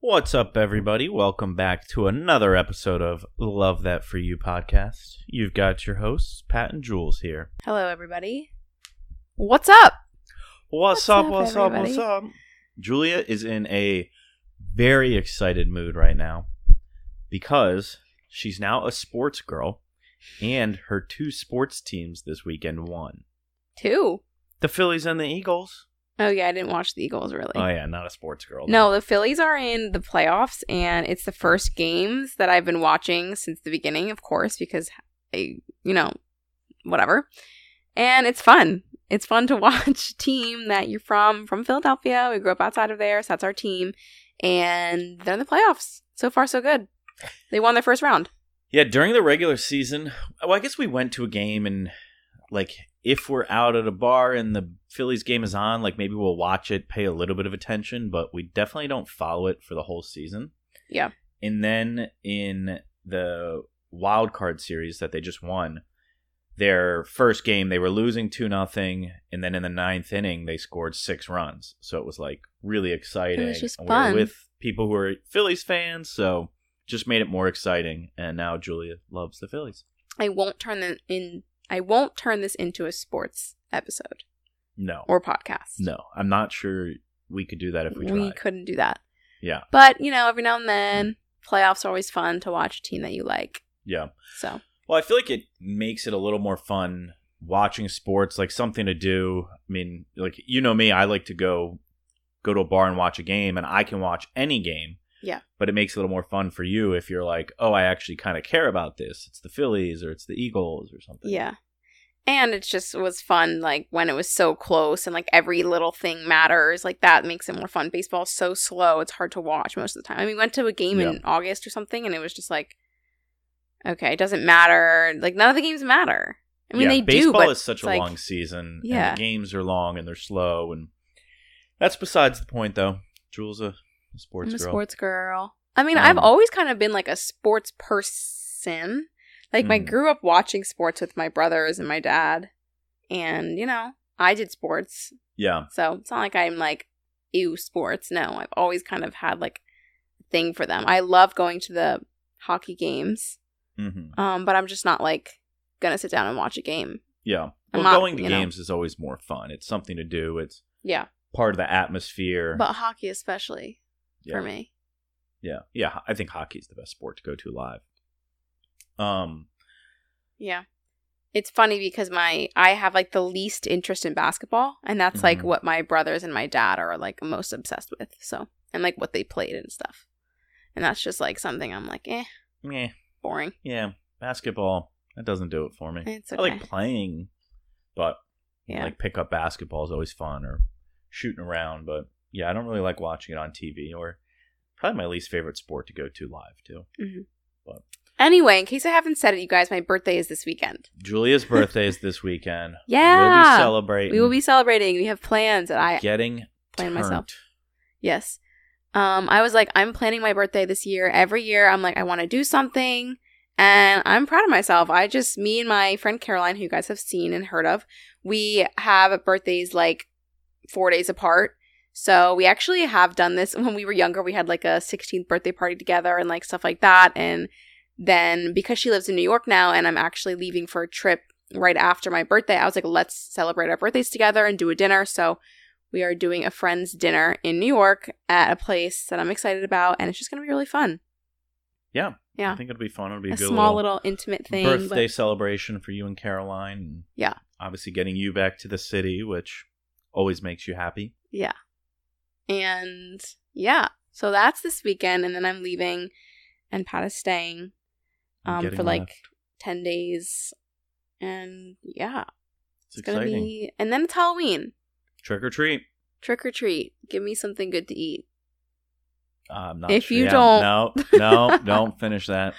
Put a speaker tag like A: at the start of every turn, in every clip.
A: What's up, everybody? Welcome back to another episode of Love That For You podcast. You've got your hosts, Pat and Jules here.
B: Hello, everybody. What's up?
A: What's,
B: What's
A: up,
B: up,
A: What's up? What's up?
B: everybody?
A: Julia is in a very excited mood right now because she's now a sports girl and her two sports teams this weekend won
B: Two.
A: the Phillies and the Eagles.
B: Oh yeah, I didn't watch the Eagles really.
A: Oh, yeah, not a sports girl.
B: No, the Phillies are in the playoffs, and it's the first games that I've been watching since the beginning, of course, because I, you know, whatever. And it's fun. It's fun to watch a team that you're from, from Philadelphia. We grew up outside of there, so that's our team. And they're in the playoffs. So far, so good. They won their first round.
A: Yeah, during the regular season, well, I guess we went to a game and like if we're out at a bar and the Phillies game is on, like maybe we'll watch it, pay a little bit of attention, but we definitely don't follow it for the whole season.
B: Yeah.
A: And then in the wild card series that they just won, their first game they were losing two nothing, and then in the ninth inning they scored six runs. So it was like really exciting.
B: just
A: and We
B: fun.
A: were with people who are Phillies fans, so just made it more exciting. And now Julia loves the Phillies.
B: I won't turn them in. I won't turn this into a sports episode
A: No,
B: or podcast.
A: no, I'm not sure we could do that if we tried.
B: we couldn't do that.
A: Yeah, Mm-hmm.
B: But, you know, every now and then, playoffs are always fun to watch a team that you like.
A: yeah.
B: So,
A: Well, I feel like it makes it a little more fun watching sports, like something to do. I mean, like you know me, I like to go go to a bar and watch a game, and I can watch any game.
B: Yeah.
A: But it makes it a little more fun for you if you're like, oh, I actually kind of care about this. It's the Phillies or it's the Eagles or something.
B: yeah. And it just was fun, like, when it was so close and, like, every little thing matters. Like, that makes it more fun. Baseball's so slow, it's hard to watch most of the time. I mean, we went to a game in August or something, and it was just like, okay, it doesn't matter. Like, none of the games matter. I mean,
A: Yeah,
B: they
A: baseball
B: do, but
A: is such
B: it's
A: a
B: like-
A: long season.
B: Yeah.
A: and the games are long and they're slow, and that's besides the point, though. Jules a sports
B: I'm a
A: girl.
B: sports girl. I mean,
A: Um,
B: I've always kind of been like a sports person. Like, I
A: Mhm.
B: grew up watching sports with my brothers and my dad, and you know, I did sports,
A: Yeah,
B: so it's not like I'm like, ew, sports. No, I've always kind of had like a thing for them. I love going to the hockey games,
A: hmm
B: um, but I'm just not like gonna sit down and watch a game.
A: yeah. Well,
B: I'm not,
A: going to
B: you know.
A: games is always more fun. It's something to do. It's
B: Yeah,
A: part of the atmosphere.
B: but hockey especially
A: yeah.
B: for me.
A: yeah, yeah. I think hockey's the best sport to go to live. Um,
B: Yeah. It's funny because my I have like the least interest in basketball and that's like
A: Mhm.
B: what my brothers and my dad are like most obsessed with. So, and like what they played and stuff. And that's just like something I'm like, "Eh,
A: meh,
B: boring."
A: yeah, basketball that doesn't do it for me.
B: It's
A: I
B: okay.
A: like playing, but
B: yeah.
A: like pick up basketball is always fun or shooting around but yeah i don't really like watching it on tv or probably my least favorite sport to go to live too
B: anyway, in case I haven't said it, you guys, my birthday is this weekend.
A: julia's birthday is this weekend we'll be
B: Yeah.
A: celebrating
B: we will be celebrating. We have plans that I
A: getting
B: plan
A: turned.
B: myself. Yes. Um, I was like, I'm planning my birthday this year. Every year, I'm like, I want to do something. And I'm proud of myself. I just, me and my friend Caroline, who you guys have seen and heard of, we have birthdays like four days apart. So we actually have done this when we were younger. We had like a 16th birthday party together and like stuff like that. And then because she lives in New York now and I'm actually leaving for a trip right after my birthday, I was like, let's celebrate our birthdays together and do a dinner. So we are doing a friend's dinner in New York at a place that I'm excited about, and it's just going to be really fun.
A: yeah
B: Yeah.
A: i think it'll be fun it'll be a,
B: A
A: good
B: small little, intimate thing. but-
A: birthday celebration for you and caroline and
B: Yeah.
A: obviously getting you back to the city which always makes you happy
B: and yeah, so that's this weekend, and then I'm leaving, and Pat is staying
A: and
B: um,
A: getting
B: for like
A: left.
B: 10 days. And yeah,
A: it's,
B: it's going to
A: exciting
B: be. And then it's Halloween.
A: trick or treat
B: Trick or treat. Give me something good to eat.
A: I'm not
B: If
A: sure.
B: you
A: Yeah, no
B: don't-
A: no don't finish that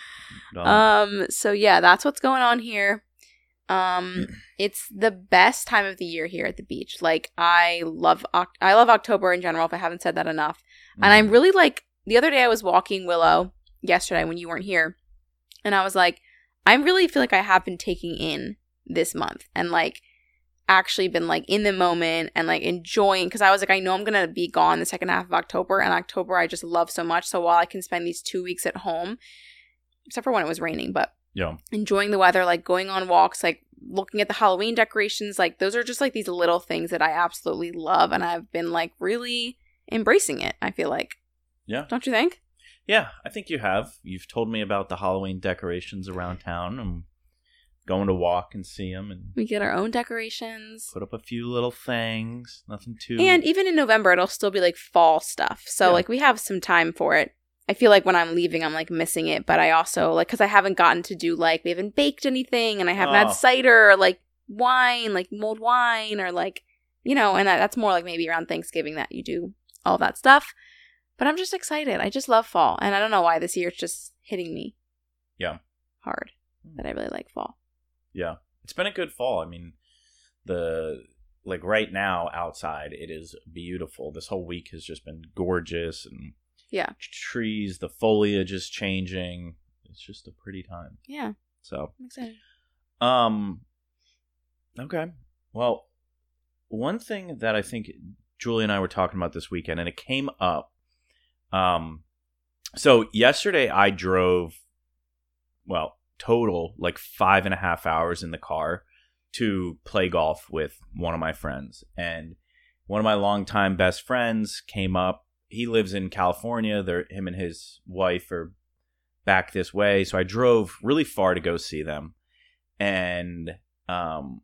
A: Don't.
B: Um, so yeah, that's what's going on here. Um, it's the best time of the year here at the beach. Like I love Oc- I love October in general if I haven't said that enough.
A: Mm.
B: And I'm really like the other day I was walking Willow yesterday when you weren't here, and I was like, I really feel like I have been taking in this month, and like actually been like in the moment and like enjoying because I was like, I know I'm gonna be gone the second half of October, and October I just love so much. So while I can spend these two weeks at home, except for when it was raining, but
A: Yeah.
B: enjoying the weather, like going on walks, like looking at the Halloween decorations, like those are just like these little things that I absolutely love, and I've been like really embracing it. I feel like,
A: Yeah.
B: don't you think?
A: Yeah, I think you have. You've told me about the Halloween decorations around town. I'm going to walk and see them and
B: We get our own decorations.
A: put up a few little things. Nothing too.
B: And even in November, it'll still be like fall stuff. So,
A: Yeah.
B: like, we have some time for it. I feel like when I'm leaving, I'm like missing it. But I also, like, because I haven't gotten to do, like, we haven't baked anything and I haven't
A: Oh.
B: had cider or like wine, like mulled wine or like, you know, and that, that's more like maybe around Thanksgiving that you do all that stuff. But I'm just excited. I just love fall. And I don't know why this year it's just hitting me.
A: Yeah. Hmm.
B: Hard that I really like fall.
A: it's been a good fall. I mean, the like right now outside it is beautiful. This whole week has just been gorgeous and
B: Yeah.
A: trees, the foliage is changing. It's just a pretty time.
B: Yeah.
A: So,
B: I'm excited.
A: um okay. Well, one thing that I think Julie and I were talking about this weekend and it came up um so yesterday I drove well, total like five and a half hours in the car to play golf with one of my friends. And one of my longtime best friends came up. He lives in California. They're him and his wife are back this way. So I drove really far to go see them. And um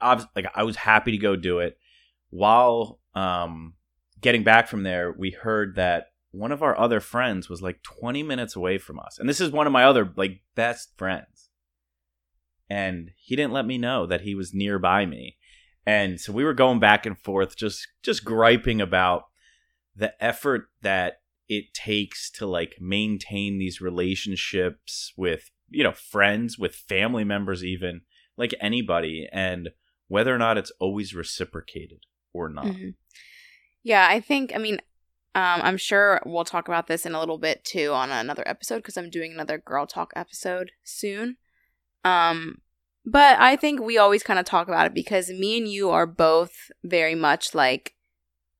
A: I was, like I was happy to go do it. While um getting back from there, we heard that one of our other friends was like 20 minutes away from us. And this is one of my other like best friends. And he didn't let me know that he was nearby me. And so we were going back and forth just just griping about the effort that it takes to like maintain these relationships with, you know, friends, with family members even, like anybody and whether or not it's always reciprocated or not.
B: Mhm. Yeah, I think, I mean, um, I'm sure we'll talk about this in a little bit too on another episode because I'm doing another girl talk episode soon. Um, but I think we always kind of talk about it because me and you are both very much like,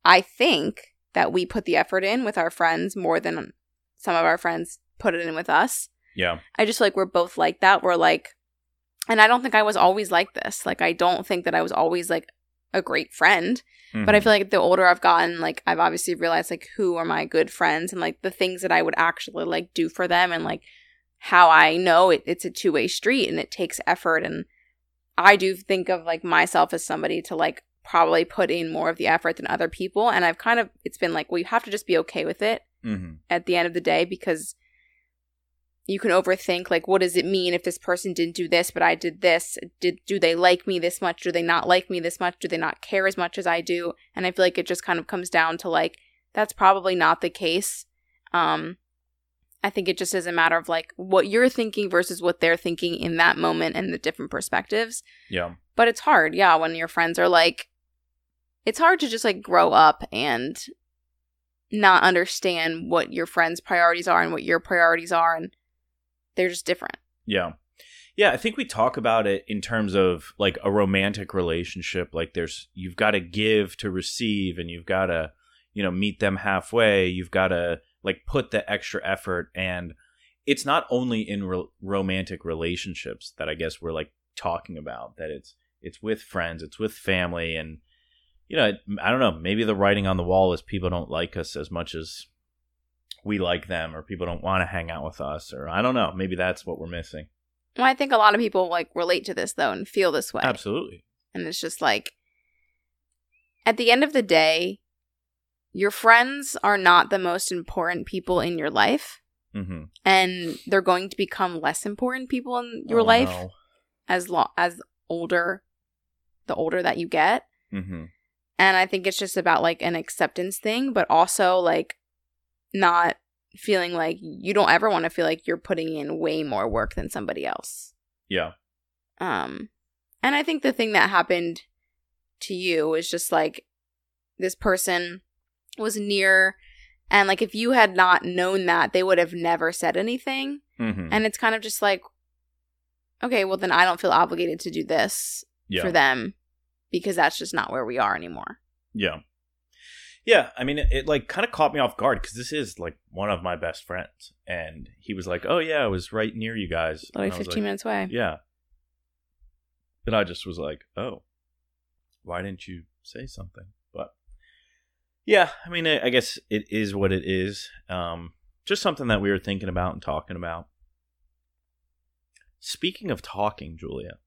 B: I think that we put the effort in with our friends more than some of our friends put it in with us.
A: Yeah.
B: I just feel like we're both like that. We're like, and I don't think I was always like this. Like, I don't think that I was always like a great friend.
A: Mm-hmm.
B: But I feel like the older I've gotten, like, I've obviously realized like who are my good friends and like the things that I would actually like do for them and like how I know it, it's a two way street and it takes effort. And I do think of like myself as somebody to like probably put in more of the effort than other people. And I've kind of, it's been like, well, you have to just be okay with it
A: mm-hmm.
B: at the end of the day because you can overthink like what does it mean if this person didn't do this but I did this did do they like me this much do they not like me this much do they not care as much as I do and I feel like it just kind of comes down to like that's probably not the case um I think it just is a matter of like what you're thinking versus what they're thinking in that moment and the different perspectives
A: yeah.
B: but it's hard yeah when your friends are like it's hard to just like grow up and not understand what your friends priorities are and what your priorities are and they're just different
A: Yeah. Yeah, I think we talk about it in terms of like a romantic relationship. Like there's you've got to give to receive and you've got to, you know, meet them halfway. You've got to like put the extra effort and it's not only in ro- romantic relationships that I guess we're like talking about that it's it's with friends, it's with family and you know, I don't know, maybe the writing on the wall is people don't like us as much as we like them or people don't want to hang out with us or I don't know, maybe that's what we're missing.
B: well i think a lot of people like relate to this though and feel this way
A: Absolutely.
B: and it's just like at the end of the day your friends are not the most important people in your life
A: Mm-hmm.
B: and they're going to become less important people in
A: Oh,
B: your life as long as older the older that you get
A: Mm-hmm.
B: and i think it's just about like an acceptance thing but also like not feeling like you don't ever want to feel like you're putting in way more work than somebody else
A: Yeah.
B: um and i think the thing that happened to you is just like this person was near and like if you had not known that they would have never said anything
A: Mm-hmm.
B: and it's kind of just like okay well then i don't feel obligated to do this
A: Yeah.
B: for them because that's just not where we are anymore.
A: Yeah. Yeah, I mean, it, it like kind of caught me off guard because this is like one of my best friends, and he was like, "Oh yeah, I was right near you guys." And I
B: Literally
A: was
B: 15
A: like,
B: minutes away.
A: Yeah. And I just was like, "Oh, why didn't you say something?" But yeah, I mean, I, I guess it is what it is. Um, just something that we were thinking about and talking about. Speaking of talking, Julia,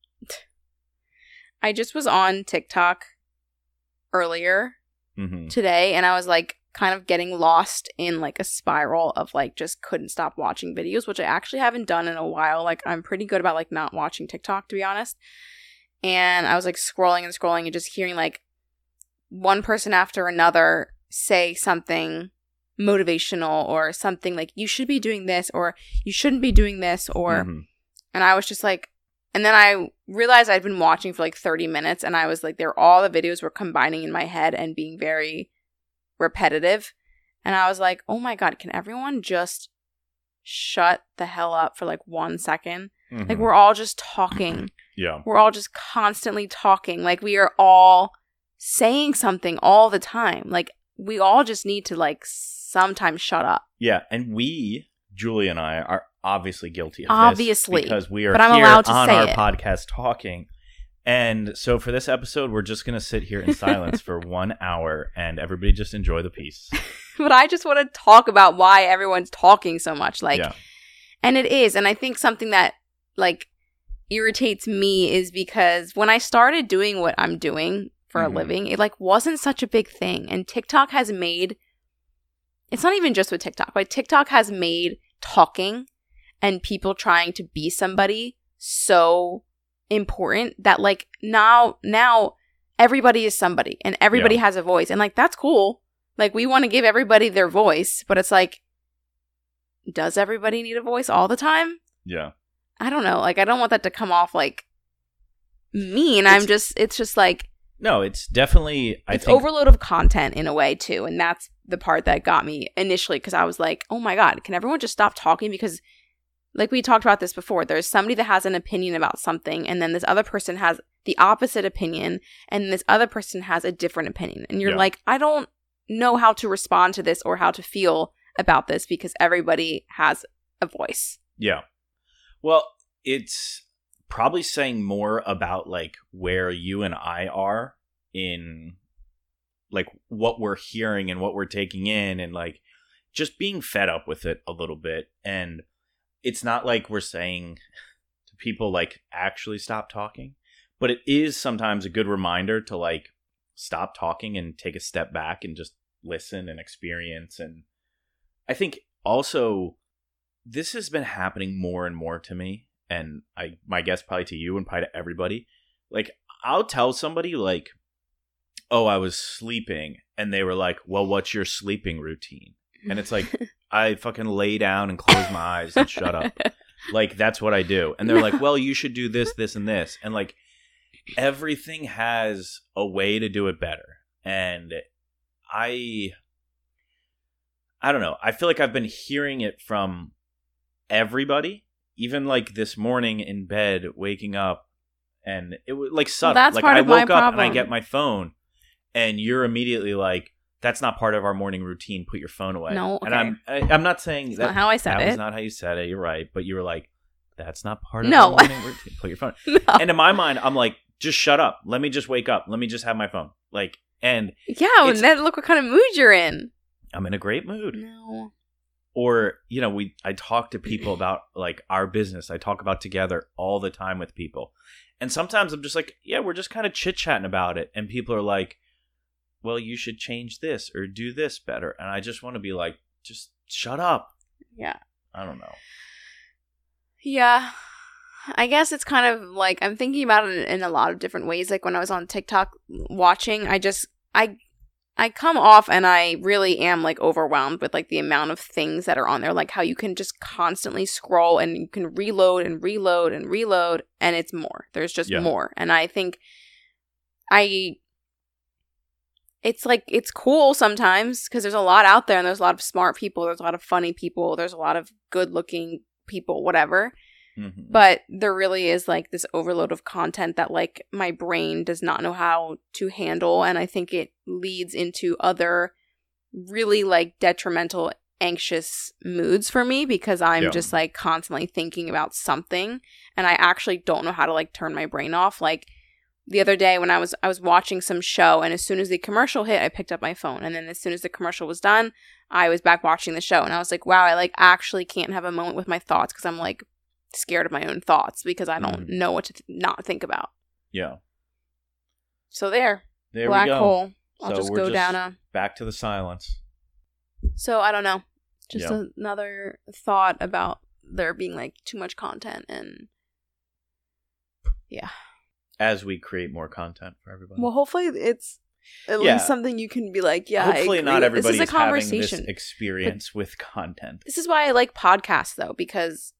B: I just was on TikTok earlier
A: hmm
B: today and I was like kind of getting lost in like a spiral of like just couldn't stop watching videos, which I actually haven't done in a while. Like I'm pretty good about like not watching TikTok to be honest. And I was like scrolling and scrolling and just hearing like one person after another say something motivational or something like you should be doing this or you shouldn't be doing this or
A: Mhm.
B: and I was just like, and then I realized I'd been watching for like 30 minutes, and I was like, they're all the videos were combining in my head and being very repetitive. And I was like, oh my God, can everyone just shut the hell up for like one second?
A: Mhm.
B: Like, we're all just talking.
A: yeah,
B: We're all just constantly talking. Like, we are all saying something all the time. Like, we all just need to like sometimes shut up.
A: Yeah, and we, Julie and I, are obviously guilty of this
B: Obviously,
A: because we are
B: but I'm
A: here
B: allowed to
A: on
B: say
A: our
B: it.
A: podcast talking. And so for this episode, we're just going to sit here in silence for one hour, and everybody just enjoy the peace.
B: but I just want to talk about why everyone's talking so much. Like,
A: yeah,
B: And it is. And I think something that like irritates me is because when I started doing what I'm doing for
A: Mhm.
B: a living, it like wasn't such a big thing. And TikTok has made it's not even just with TikTok, but TikTok has made talking and people trying to be somebody so important that like now now everybody is somebody and everybody has a voice and like that's cool like we want to give everybody their voice but it's like does everybody need a voice all the time
A: yeah,
B: i don't know like i don't want that to come off like mean i'm just it's just like
A: no, it's definitely. I
B: it's
A: think
B: overload of content in a way too and that's the part that got me initially because i was like oh my god can everyone just stop talking because like we talked about this before there's somebody that has an opinion about something and then this other person has the opposite opinion and this other person has a different opinion and you're
A: Yeah.
B: like i don't know how to respond to this or how to feel about this because everybody has a voice
A: Yeah. Well, it's probably saying more about like where you and I are in like what we're hearing and what we're taking in and like just being fed up with it a little bit and it's not like we're saying to people like actually stop talking, but it is sometimes a good reminder to like stop talking and take a step back and just listen and experience and I think also this has been happening more and more to me and i my guess probably to you and probably to everybody like i'll tell somebody like oh i was sleeping and they were like well what's your sleeping routine and it's like i fucking lay down and close my eyes and shut up like that's what i do and they're like well you should do this this and this and like everything has a way to do it better and i i don't know i feel like i've been hearing it from everybody even like this morning in bed waking up and it was like subtle
B: that's
A: like
B: part
A: i
B: of my
A: woke up and i
B: problem.
A: get my phone and you're immediately like that's not part of our morning routine put your phone away
B: No,
A: and i'm I, i'm not saying
B: that's
A: that
B: not how i said
A: that was
B: it
A: not how you said it. You're right, but you were like, "That's not part of
B: No.
A: our morning routine." Put your phone.
B: No.
A: And in my mind, I'm like, "Just shut up. Let me just wake up. Let me just have my phone." Like, and
B: yeah and
A: it's-
B: then look what kind of mood you're in
A: I'm in a great mood.
B: no
A: Or you know, we I talk to people about like our business. I talk about together all the time with people, and sometimes I'm just like, "Yeah, we're just kind of chit chatting about it," and people are like, "Well, you should change this or do this better," and I just want to be like, "Just shut up."
B: Yeah.
A: I don't know.
B: Yeah. I guess it's kind of like I'm thinking about it in a lot of different ways. Like when I was on TikTok watching, I just I I come off and I really am like overwhelmed with like the amount of things that are on there, like how you can just constantly scroll and you can reload and reload and reload and it's more. There's just
A: Yeah.
B: more. And I think I it's like it's cool sometimes because there's a lot out there and there's a lot of smart people, there's a lot of funny people, there's a lot of good-looking people, whatever.
A: Mhm.
B: but there really is like this overload of content that like my brain does not know how to handle and i think it leads into other really like detrimental anxious moods for me because i'm
A: Yeah.
B: just like constantly thinking about something and i actually don't know how to like turn my brain off like the other day when i was i was watching some show and as soon as the commercial hit i picked up my phone and then as soon as the commercial was done i was back watching the show and i was like wow i like actually can't have a moment with my thoughts because i'm like scared of my own thoughts because i don't
A: Mhm.
B: know what to th- not think about
A: yeah.
B: so there,
A: There
B: black
A: we go.
B: hole i'll
A: So
B: just
A: we're
B: go
A: just-
B: down a
A: Back to the silence.
B: so i don't know just
A: Yeah.
B: another thought about there being like too much content and
A: As we create more content for everybody.
B: well hopefully it's at
A: Yeah.
B: least something you can be like yeah I
A: Hopefully,
B: agree
A: not
B: with-
A: everybody's
B: this is a conversation
A: having this experience with content.
B: this is why I like podcasts though because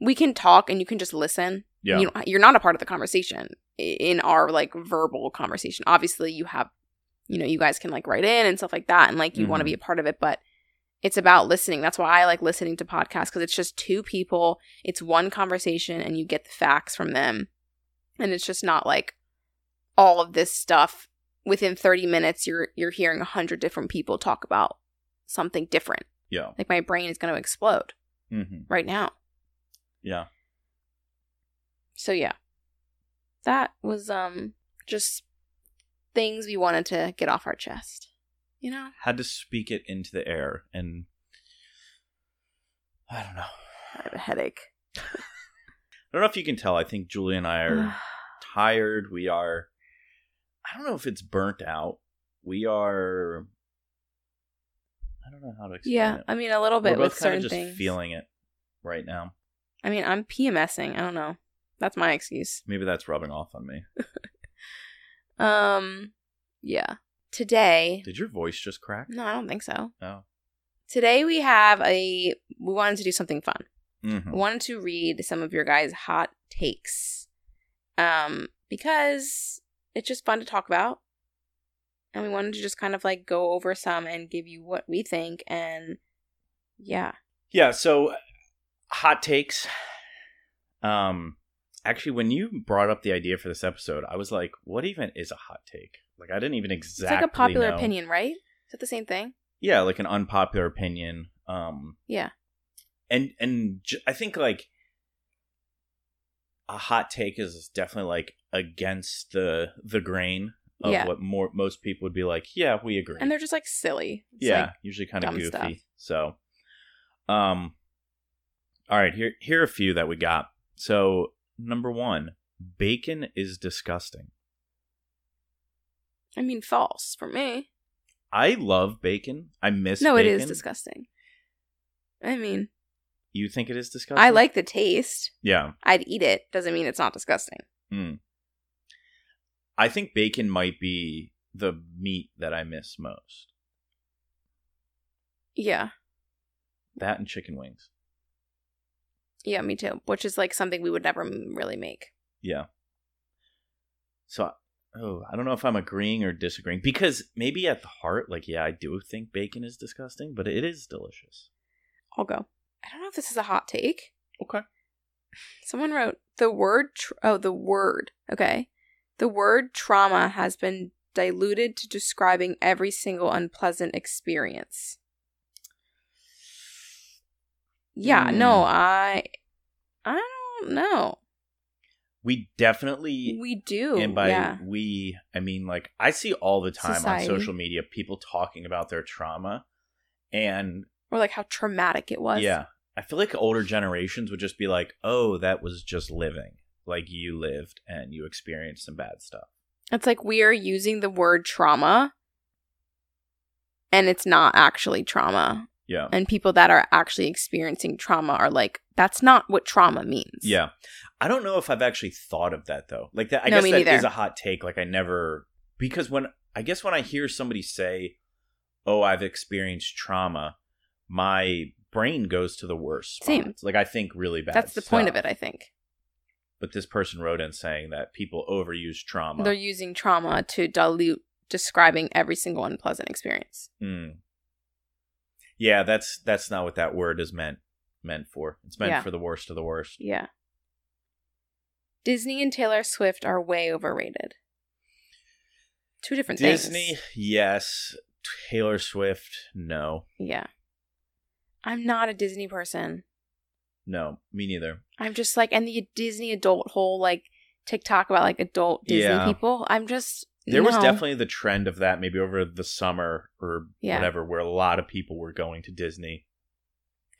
B: we can talk and you can just listen.
A: Yeah.
B: You don't, you're not a part of the conversation i- in our like verbal conversation. Obviously, you have you know, you guys can like write in and stuff like that and like you want to
A: Mhm.
B: be a part of it, but it's about listening. That's why I like listening to podcasts cuz it's just two people, it's one conversation and you get the facts from them. And it's just not like all of this stuff within 30 minutes you're you're hearing 100 different people talk about something different
A: yeah.
B: like my brain is going to explode
A: hmm
B: right now.
A: Yeah.
B: So yeah. That was um just things we wanted to get off our chest. You know?
A: Had to speak it into the air, and I don't know.
B: I have a headache.
A: I don't know if you can tell. I think Julie and I are tired. We are. I don't know if it's burnt out. We are. I don't know how to explain
B: yeah,
A: it.
B: I mean a little
A: We're
B: bit with
A: both kind
B: certain
A: of just
B: things.
A: feeling it right now.
B: I mean, I'm PMSing, I don't know. That's my excuse.
A: Maybe that's rubbing off on me.
B: Um yeah. Today
A: Did your voice just crack?
B: No, I don't think so.
A: No.
B: Today we have a we wanted to do something fun.
A: hmm
B: I wanted to read some of your guys' hot takes. Um, because it's just fun to talk about. And we wanted to just kind of like go over some and give you what we think and yeah.
A: Yeah, so hot takes. Um actually when you brought up the idea for this episode, I was like, what even is a hot take? Like I didn't even
B: It's
A: exactly
B: like a popular
A: know.
B: opinion, right? Is that the same thing?
A: Yeah, like an unpopular opinion. Um
B: Yeah.
A: And and j- I think like a hot take is definitely like against the the grain of
B: Yeah.
A: what more most people would be like, yeah, we agree.
B: And they're just like silly. It's
A: yeah,
B: like-
A: usually kind of
B: dumb
A: goofy.
B: stuff.
A: So, um, all right, here here are a few that we got. So number one, bacon is disgusting.
B: I mean false for me.
A: I love bacon. I miss
B: no,
A: bacon.
B: it is disgusting. I mean,
A: You think it is disgusting?
B: I like the taste.
A: Yeah,
B: I'd eat it. Doesn't mean it's not disgusting.
A: I think bacon might be the meat that I miss most.
B: Yeah.
A: That and chicken wings.
B: Yeah, me too. Which is like something we would never m- really make.
A: Yeah. So, oh, I don't know if I'm agreeing or disagreeing because maybe at the heart, like, yeah, I do think bacon is disgusting, but it is delicious.
B: I'll go. I don't know if this is a hot take.
A: Okay.
B: Someone wrote the word. Tr- oh, the word. Okay. The word trauma has been diluted to describing every single unpleasant experience. Yeah.
A: Hmm.
B: No, I. I don't know.
A: We definitely,
B: We do.
A: and by
B: yeah.
A: we, I mean like I see all the time
B: Society.
A: on social media people talking about their trauma, and
B: Or like how traumatic it was.
A: yeah, I feel like older generations would just be like, "Oh, that was just living. Like you lived and you experienced some bad stuff."
B: It's like we are using the word trauma and it's not actually trauma.
A: Yeah,
B: And people that are actually experiencing trauma are like, that's not what trauma means.
A: yeah. I don't know if I've actually thought of that though. Like that, I
B: No,
A: guess
B: me
A: that is
B: neither.
A: a hot take. Like I never because when I guess when I hear somebody say, "Oh, I've experienced trauma," my brain goes to the worst. Spots.
B: Same.
A: Like I think really bad.
B: That's the point of
A: stuff.
B: it, I think.
A: but this person wrote in saying that people overuse trauma.
B: They're using trauma to dilute describing every single unpleasant experience.
A: Hmm. Yeah, that's that's not what that word is meant. meant for. It's meant
B: Yeah.
A: for the worst of the worst.
B: Yeah. Disney and Taylor Swift are way overrated. Two different
A: Disney,
B: things.
A: yes. Taylor Swift, no.
B: Yeah. I'm not a Disney person.
A: No, me neither.
B: I'm just like, and the Disney adult whole like TikTok about like adult Disney
A: Yeah.
B: people. I'm just
A: There was
B: no.
A: definitely the trend of that maybe over the summer or
B: Yeah.
A: whatever, where a lot of people were going to Disney.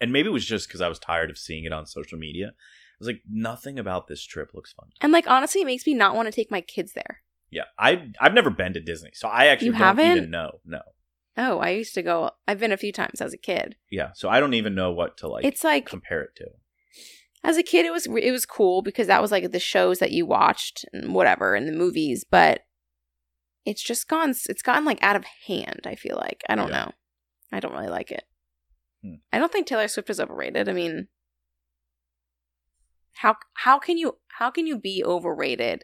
A: And maybe it was just because I was tired of seeing it on social media. I was like, nothing about this trip looks fun.
B: and like honestly, it makes me not want to take my kids there.
A: Yeah, I I've never been to Disney, so I actually
B: You
A: don't even
B: haven't?
A: know. No,
B: Oh, I used to go. I've been a few times as a kid.
A: yeah, so I don't even know what to like.
B: it's like
A: compare it to.
B: as a kid it was it was cool because that was like the shows that you watched and whatever and the movies but it's just gone it's gotten like out of hand i feel like i don't
A: Yeah.
B: know i don't really like it
A: Hmm.
B: i don't think taylor swift is overrated i mean how how can you how can you be overrated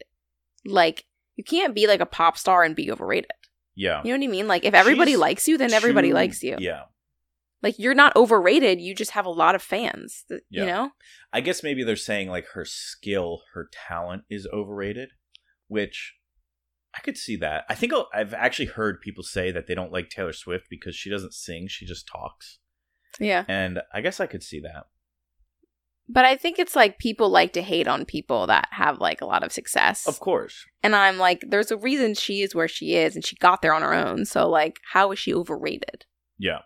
B: like you can't be like a pop star and be overrated
A: Yeah,
B: you know what i mean like if everybody
A: She's
B: likes you then everybody
A: Too-
B: likes you
A: Yeah,
B: like you're not overrated you just have a lot of fans th-
A: Yeah.
B: you know
A: I guess maybe they're saying like her skill, her talent is overrated, which I could see that. I think I'll, I've actually heard people say that they don't like Taylor Swift because she doesn't sing; she just talks.
B: yeah
A: And I guess I could see that.
B: But I think it's like people like to hate on people that have like a lot of success.
A: Of course,
B: And I'm like, there's a reason she is where she is and she got there on her own. So, like, how is she overrated?
A: yeah,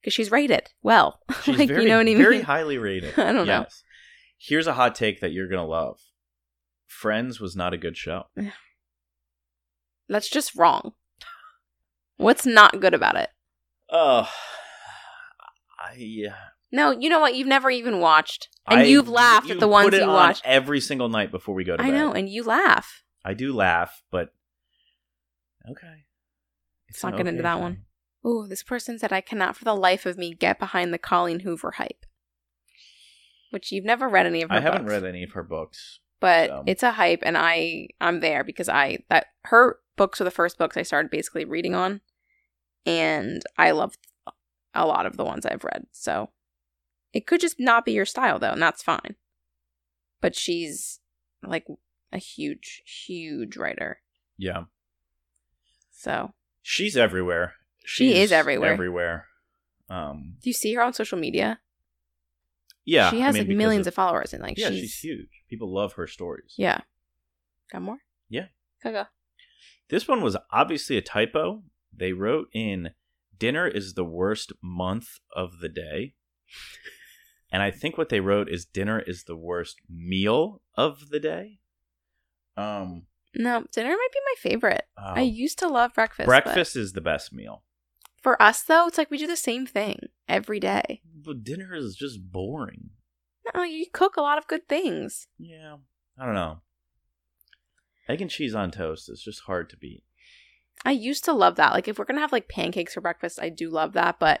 B: Because she's rated well.
A: she's
B: like,
A: very
B: you know what I mean?
A: very highly rated.
B: I don't know.
A: Yes. Here's a hot take that you're gonna love. Friends was not a good show.
B: That's just wrong. What's not good about it?
A: Oh, I yeah.
B: No, you know what? You've never even watched. And
A: I-
B: you've laughed at the ones
A: put it
B: you
A: on
B: watched.
A: every single night before we go to
B: I
A: bed.
B: know. And you laugh.
A: I do laugh, but okay. It's
B: not
A: an
B: get into that one.
A: thing.
B: Ooh, this person said, I cannot for the life of me get behind the Colleen Hoover hype, which you've never read any of her
A: I haven't
B: books.
A: read any of her books.
B: but
A: Um,
B: it's a hype and i i'm there because i that her books were the first books i started basically reading on and i loved a lot of the ones i've read so it could just not be your style though and that's fine but she's like a huge huge writer
A: Yeah,
B: so
A: she's everywhere.
B: She
A: She's
B: is everywhere.
A: Everywhere. Um.
B: do you see her on social media
A: Yeah,
B: she
A: I
B: has
A: mean,
B: like
A: because
B: millions of, followers and like
A: yeah,
B: she's,
A: she's huge. People love her stories.
B: yeah got more
A: Yeah.
B: Gaga.
A: This one was obviously a typo. They wrote in dinner is the worst month of the day. And I think what they wrote is dinner is the worst meal of the day. Um
B: no dinner might be my favorite
A: oh,
B: i used to love breakfast but-
A: breakfast is the best meal.
B: For us though, it's like we do the same thing every day.
A: But dinner is just boring.
B: No, you cook a lot of good things.
A: Yeah. I don't know. Egg and cheese on toast is just hard to beat.
B: I used to love that. Like if we're gonna have like pancakes for breakfast, I do love that, but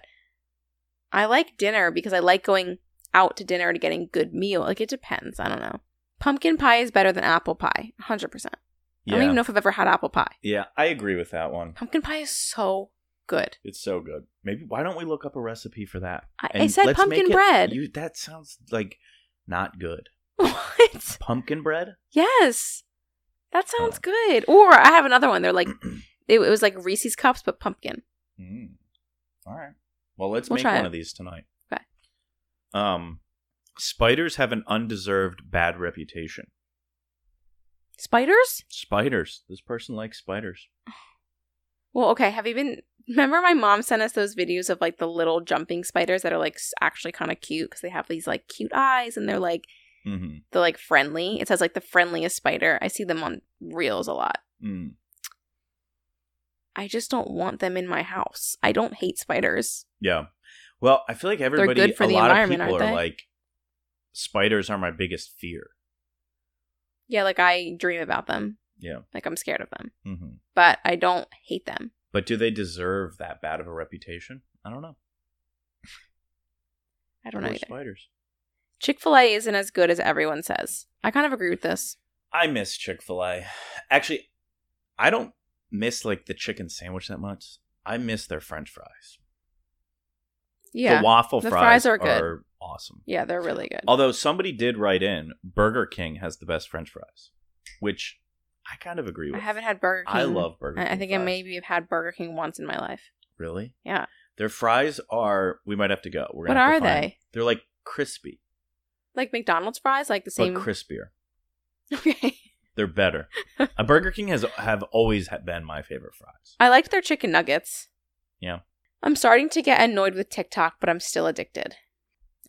B: I like dinner because I like going out to dinner and getting good meal. Like it depends. I don't know. Pumpkin pie is better than apple pie, hundred percent. I
A: Yeah.
B: don't even know if I've ever had apple pie.
A: yeah, I agree with that one.
B: Pumpkin pie is so good.
A: It's so good. Maybe why don't we look up a recipe for that?
B: I, I
A: And
B: said
A: let's make
B: pumpkin
A: it-
B: bread.
A: You that sounds like not good.
B: what?
A: Pumpkin bread?
B: Yes, that sounds good. Or I have another one. They're like, it, it was like Reese's cups but pumpkin.
A: Mm. All right. Well, let's
B: We'll
A: make
B: try
A: one
B: it.
A: of these tonight.
B: Okay.
A: Um spiders have an undeserved bad reputation.
B: Spiders?
A: Spiders. This person likes spiders.
B: Well, okay. Have you been? Remember, my mom sent us those videos of like the little jumping spiders that are like s- actually kind of cute because they have these like cute eyes and they're like
A: Mhm.
B: they're like friendly. It says like the friendliest spider. I see them on reels a lot.
A: Mm.
B: I just don't want them in my house. I don't hate spiders.
A: Yeah. Well, I feel like everybody
B: good for
A: a
B: the
A: lot of
B: environment,
A: people
B: aren't
A: are
B: they?
A: like spiders are my biggest fear.
B: Yeah, like I dream about them.
A: Yeah.
B: Like I'm scared of them,
A: Mhm.
B: but I don't hate them.
A: But do they deserve that bad of a reputation? I don't know.
B: I don't know
A: Or
B: either.
A: spiders.
B: Chick fil A isn't as good as everyone says. I kind of agree with this.
A: I miss Chick fil A. Actually, I don't miss like the chicken sandwich that much. I miss their french fries.
B: Yeah.
A: The waffle
B: The
A: fries,
B: fries are good.
A: are awesome.
B: Yeah, they're really good.
A: Although somebody did write in, Burger King has the best French fries, which I kind of agree
B: I
A: with.
B: haven't had Burger King.
A: I love Burger King.
B: I, I think I
A: fries.
B: maybe have had Burger King once in my life.
A: really.
B: Yeah.
A: Their fries are. We might have to go. We're gonna
B: What
A: have to
B: are
A: find-
B: they?
A: They're like crispy,
B: Like McDonald's fries, like the same.
A: but crispier.
B: okay.
A: They're better. A Burger King has have always ha- been my favorite fries.
B: I liked their chicken nuggets.
A: Yeah.
B: I'm starting to get annoyed with TikTok, but I'm still addicted.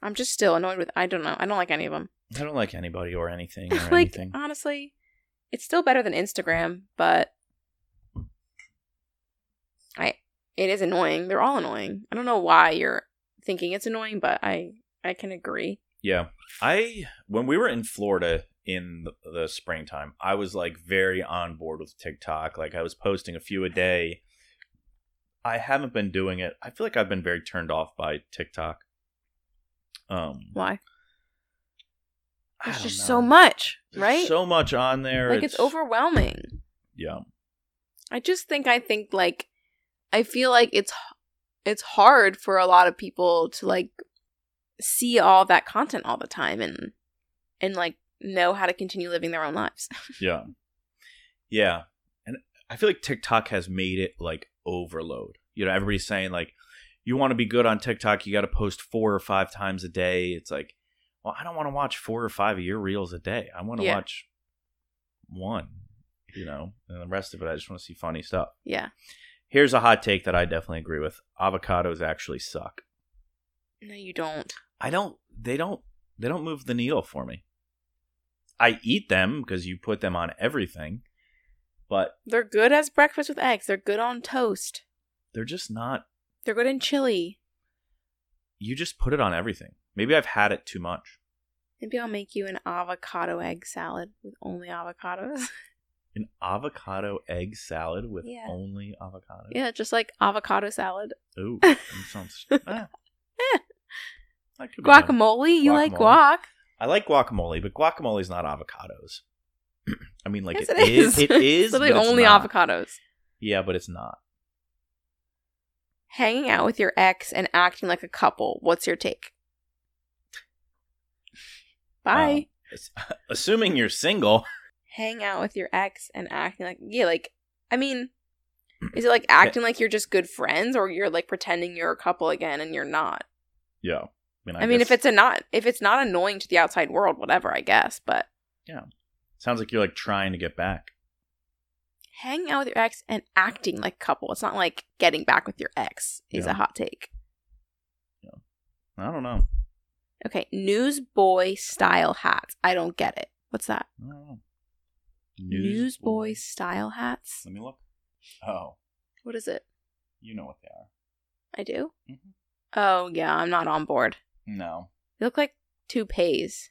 B: I'm just still annoyed with. I don't know. I don't like any of them.
A: I don't like anybody or anything or
B: like
A: anything.
B: honestly, it's still better than Instagram, but I it is annoying. They're all annoying. I don't know why you're thinking it's annoying, but I I can agree.
A: Yeah. I when we were in Florida in the, the springtime, I was like very on board with TikTok. Like I was posting a few a day. I haven't been doing it. I feel like I've been very turned off by TikTok. Um
B: Why?
A: I
B: There's
A: don't
B: just
A: know.
B: so much,
A: There's
B: right?
A: So much on there.
B: like it's, overwhelming.
A: Yeah.
B: I just think I think like I feel like it's h- it's hard for a lot of people to like see all that content all the time and and like know how to continue living their own lives.
A: Yeah. Yeah. And I feel like TikTok has made it like overload. You know, everybody's saying like you want to be good on TikTok, you got to post four or five times a day. It's like, well, I don't want to watch four or five of your reels a day. I want to
B: Yeah.
A: watch one, you know, and the rest of it I just want to see funny stuff.
B: yeah.
A: Here's a hot take that I definitely agree with. Avocados actually suck.
B: No you don't.
A: I don't they don't they don't move the needle for me. I eat them because you put them on everything, but
B: They're good as breakfast with eggs. They're good on toast.
A: they're just not
B: They're good in chili.
A: you just put it on everything maybe i've had it too much
B: Maybe I'll make you an avocado egg salad with only avocados.
A: an avocado egg salad with
B: Yeah.
A: only avocado
B: yeah, just like avocado salad.
A: ooh that sounds eh. That could be done.
B: Guacamole? You like
A: Guacamole.
B: guac?
A: i like guacamole but guacamole's not avocados i mean like
B: yes,
A: it is it is
B: So
A: but
B: they
A: it's
B: only
A: not.
B: avocados.
A: yeah but it's not
B: Hanging out with your ex and acting like a couple. What's your take? Bye.
A: Wow. It's- assuming you're single
B: Hang out with your ex and acting like yeah, like I mean, is it like acting like you're just good friends or you're like pretending you're a couple again and you're not?
A: yeah i mean,
B: I, mean,
A: guess-
B: if it's a not if it's not annoying to the outside world, whatever, I guess. But
A: sounds like you're like trying to get back
B: hanging out with your ex and acting like a couple, it's not like getting back with your ex is
A: Yeah.
B: a hot take.
A: i don't know
B: Okay, newsboy style hats. I don't get it. What's that?
A: i don't know
B: Newsboy style hats.
A: let me look oh
B: What is it?
A: you know what they are
B: I do.
A: Mhm.
B: Oh yeah, I'm not on board.
A: no
B: They look like toupees.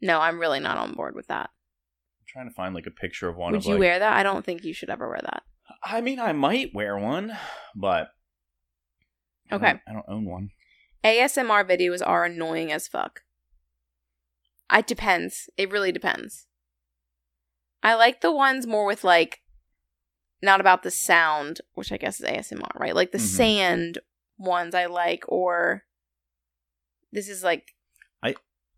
B: No, I'm really not on board with that.
A: I'm trying to find like a picture of one
B: Would
A: of
B: you
A: like
B: wear that? I don't think you should ever wear that.
A: I mean I might wear one, but I
B: Okay.
A: don't- I don't, own one.
B: ASMR videos are annoying as fuck. It depends. It really depends. I like the ones more with like not about the sound, which I guess is ASMR, right? Like the
A: Mhm.
B: sand ones I like or this is like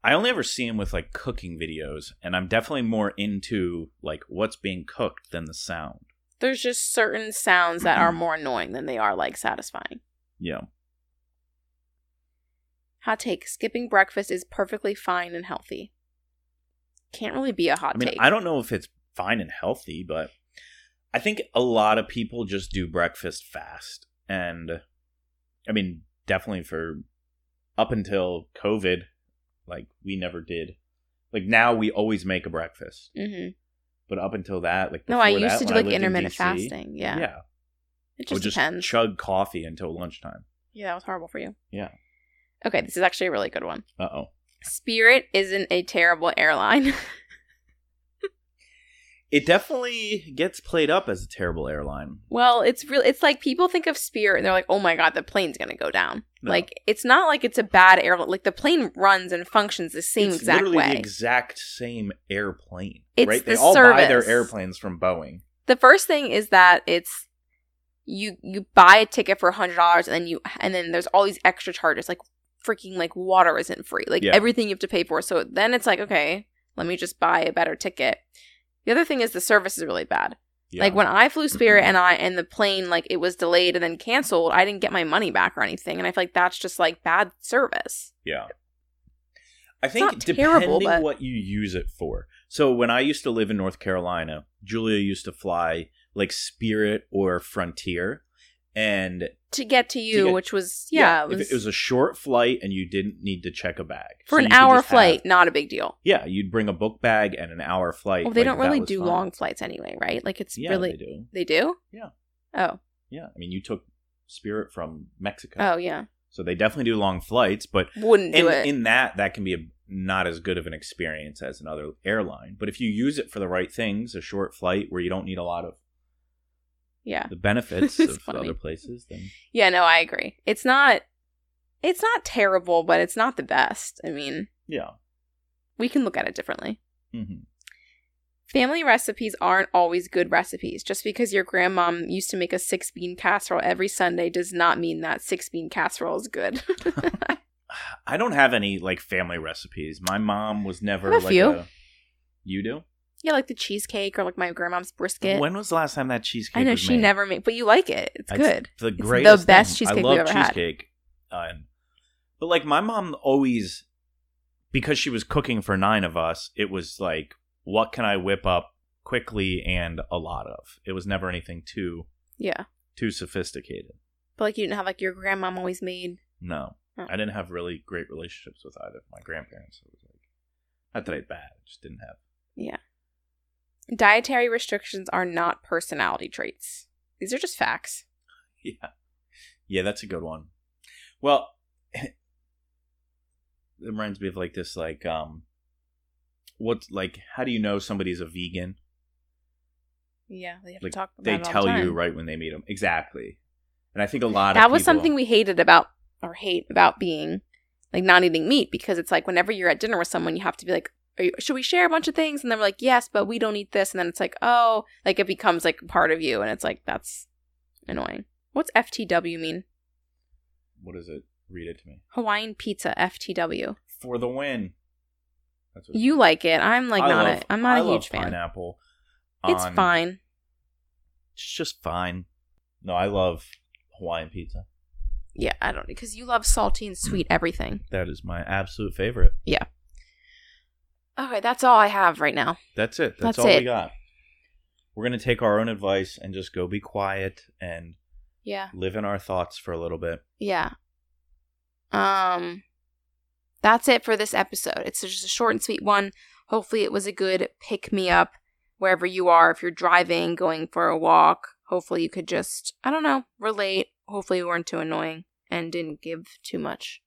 A: I only ever see them with like cooking videos, and I'm definitely more into like what's being cooked than the sound.
B: there's just certain sounds that are more annoying than they are like satisfying.
A: Yeah,
B: Hot take, skipping breakfast is perfectly fine and healthy. Can't really be a hot
A: I mean
B: take.
A: I don't know if it's fine and healthy, but I think a lot of people just do breakfast fast, and I mean definitely for up until COVID, like we never did. Like now we always make a breakfast.
B: hmm
A: But up until that, like
B: No, I
A: before
B: used
A: that,
B: to do
A: when I
B: like
A: lived in
B: intermittent
A: DC,
B: fasting. Yeah.
A: yeah,
B: It
A: I would
B: just depends.
A: chug coffee until lunchtime.
B: Yeah, that was horrible for you.
A: Yeah.
B: Okay, this is actually a really good one.
A: Uh oh,
B: Spirit isn't a terrible airline.
A: it definitely gets played up as a terrible airline.
B: well, it's real. It's like people think of Spirit and they're like, "Oh my god, the plane's gonna go down."
A: No.
B: Like it's not like it's a bad airline. Like the plane runs and functions the same
A: it's
B: exact
A: literally
B: way.
A: the exact same airplane,
B: It's
A: right? They
B: the
A: all buy their
B: service.
A: airplanes from Boeing.
B: the first thing is that it's you you buy a ticket for hundred dollars and then you and then there's all these extra charges like freaking like water isn't free. Like
A: Yeah.
B: everything you have to pay for. So then it's like, okay, let me just buy a better ticket. The other thing is the service is really bad.
A: Yeah.
B: Like when I flew Spirit and I and the plane like it was delayed and then canceled, I didn't get my money back or anything, and I feel like that's just like bad service.
A: Yeah. I think
B: not
A: depending
B: terrible, but-
A: what you use it for. So when I used to live in North Carolina, Julia used to fly like Spirit or Frontier, and
B: To get to you,
A: get-
B: which was yeah,
A: if it was a short flight and you didn't need to check a bag
B: for
A: So you
B: an
A: could
B: hour
A: just have-
B: flight, not a big deal.
A: yeah, you'd bring a book bag and an hour flight.
B: Well, they
A: like,
B: don't
A: that
B: really
A: was
B: do
A: fine.
B: long flights anyway, right? Like it's
A: Yeah,
B: really
A: they do.
B: they do.
A: Yeah.
B: Oh.
A: Yeah, I mean, you took Spirit from Mexico,
B: Oh yeah.
A: so they definitely do long flights, but
B: Wouldn't do
A: and
B: it.
A: in that that can be a, not as good of an experience as another airline but if you use it for the right things a short flight where you don't need a lot of
B: yeah.
A: the benefits
B: It's
A: of
B: funny.
A: other places then
B: Yeah, no, I agree. It's not it's not terrible, but it's not the best. I mean,
A: yeah
B: we can look at it differently.
A: hmm
B: Family recipes aren't always good recipes. Just because your grandmom used to make a six bean casserole every Sunday does not mean that six bean casserole is good.
A: i don't have any like family recipes my mom was never
B: I have a
A: like
B: few.
A: a you do
B: yeah, like the cheesecake or like my grandmom's brisket.
A: when was the last time that cheesecake
B: I know
A: was
B: she
A: made?
B: never made, but you like it. It's good.
A: the
B: the
A: greatest thing.
B: best cheesecake
A: I
B: we've
A: love
B: ever had.
A: cheesecake um, but like my mom always because she was cooking for nine of us it was like what can i whip up quickly and a lot of it was never anything too
B: Yeah.
A: too sophisticated
B: But like you didn't have like your grandmom always made.
A: no
B: Oh.
A: i didn't have really great relationships with either of my grandparents it was like not that i had bad I just didn't have
B: Dietary restrictions are not personality traits. These are just facts.
A: yeah yeah that's a good one well it reminds me of like this like um what like how do you know somebody's a vegan
B: Yeah, they have
A: Like,
B: to talk about
A: they
B: it all the
A: tell you
B: time.
A: right when they meet them exactly and i think a lot
B: that
A: of
B: was
A: people-
B: something we hated about or hate about being like not eating meat because it's like whenever you're at dinner with someone you have to be like Are you, should we share a bunch of things and they're like yes but we don't eat this and then it's like oh like it becomes like part of you and it's like that's annoying what's ftw mean
A: what is it read it to me
B: hawaiian pizza ftw
A: for the win that's
B: you like it i'm like
A: I
B: not
A: love-
B: a i'm not
A: I
B: a
A: love
B: huge fan
A: pineapple
B: it's
A: on-
B: fine
A: it's just fine no i love hawaiian pizza
B: yeah i don't because you love salty and sweet
A: Mm.
B: everything
A: that is my absolute favorite
B: okay that's all i have right now
A: That's it. That's,
B: That's
A: all we
B: it.
A: got. We're going to take our own advice and just go be quiet and
B: yeah
A: live in our thoughts for a little bit.
B: Yeah. Um that's it for this episode. It's just a short and sweet one. Hopefully it was a good pick me up wherever you are if you're driving, going for a walk. Hopefully you could just, I don't know, relate. Hopefully we weren't too annoying and didn't give too much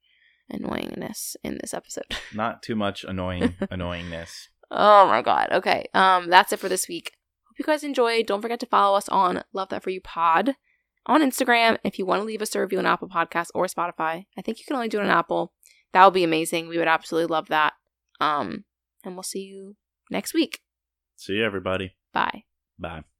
B: annoyingness in this episode.
A: Not too much annoying annoyingness.
B: Oh my god. Okay. Um, that's it for this week. Hope you guys enjoyed. Don't forget to follow us on Love That For You Pod on Instagram. If you want to leave us a review on Apple Podcasts or Spotify, I think you can only do it on Apple. That would be amazing. We would absolutely love that. Um, and we'll see you next week.
A: See you everybody.
B: Bye.
A: Bye.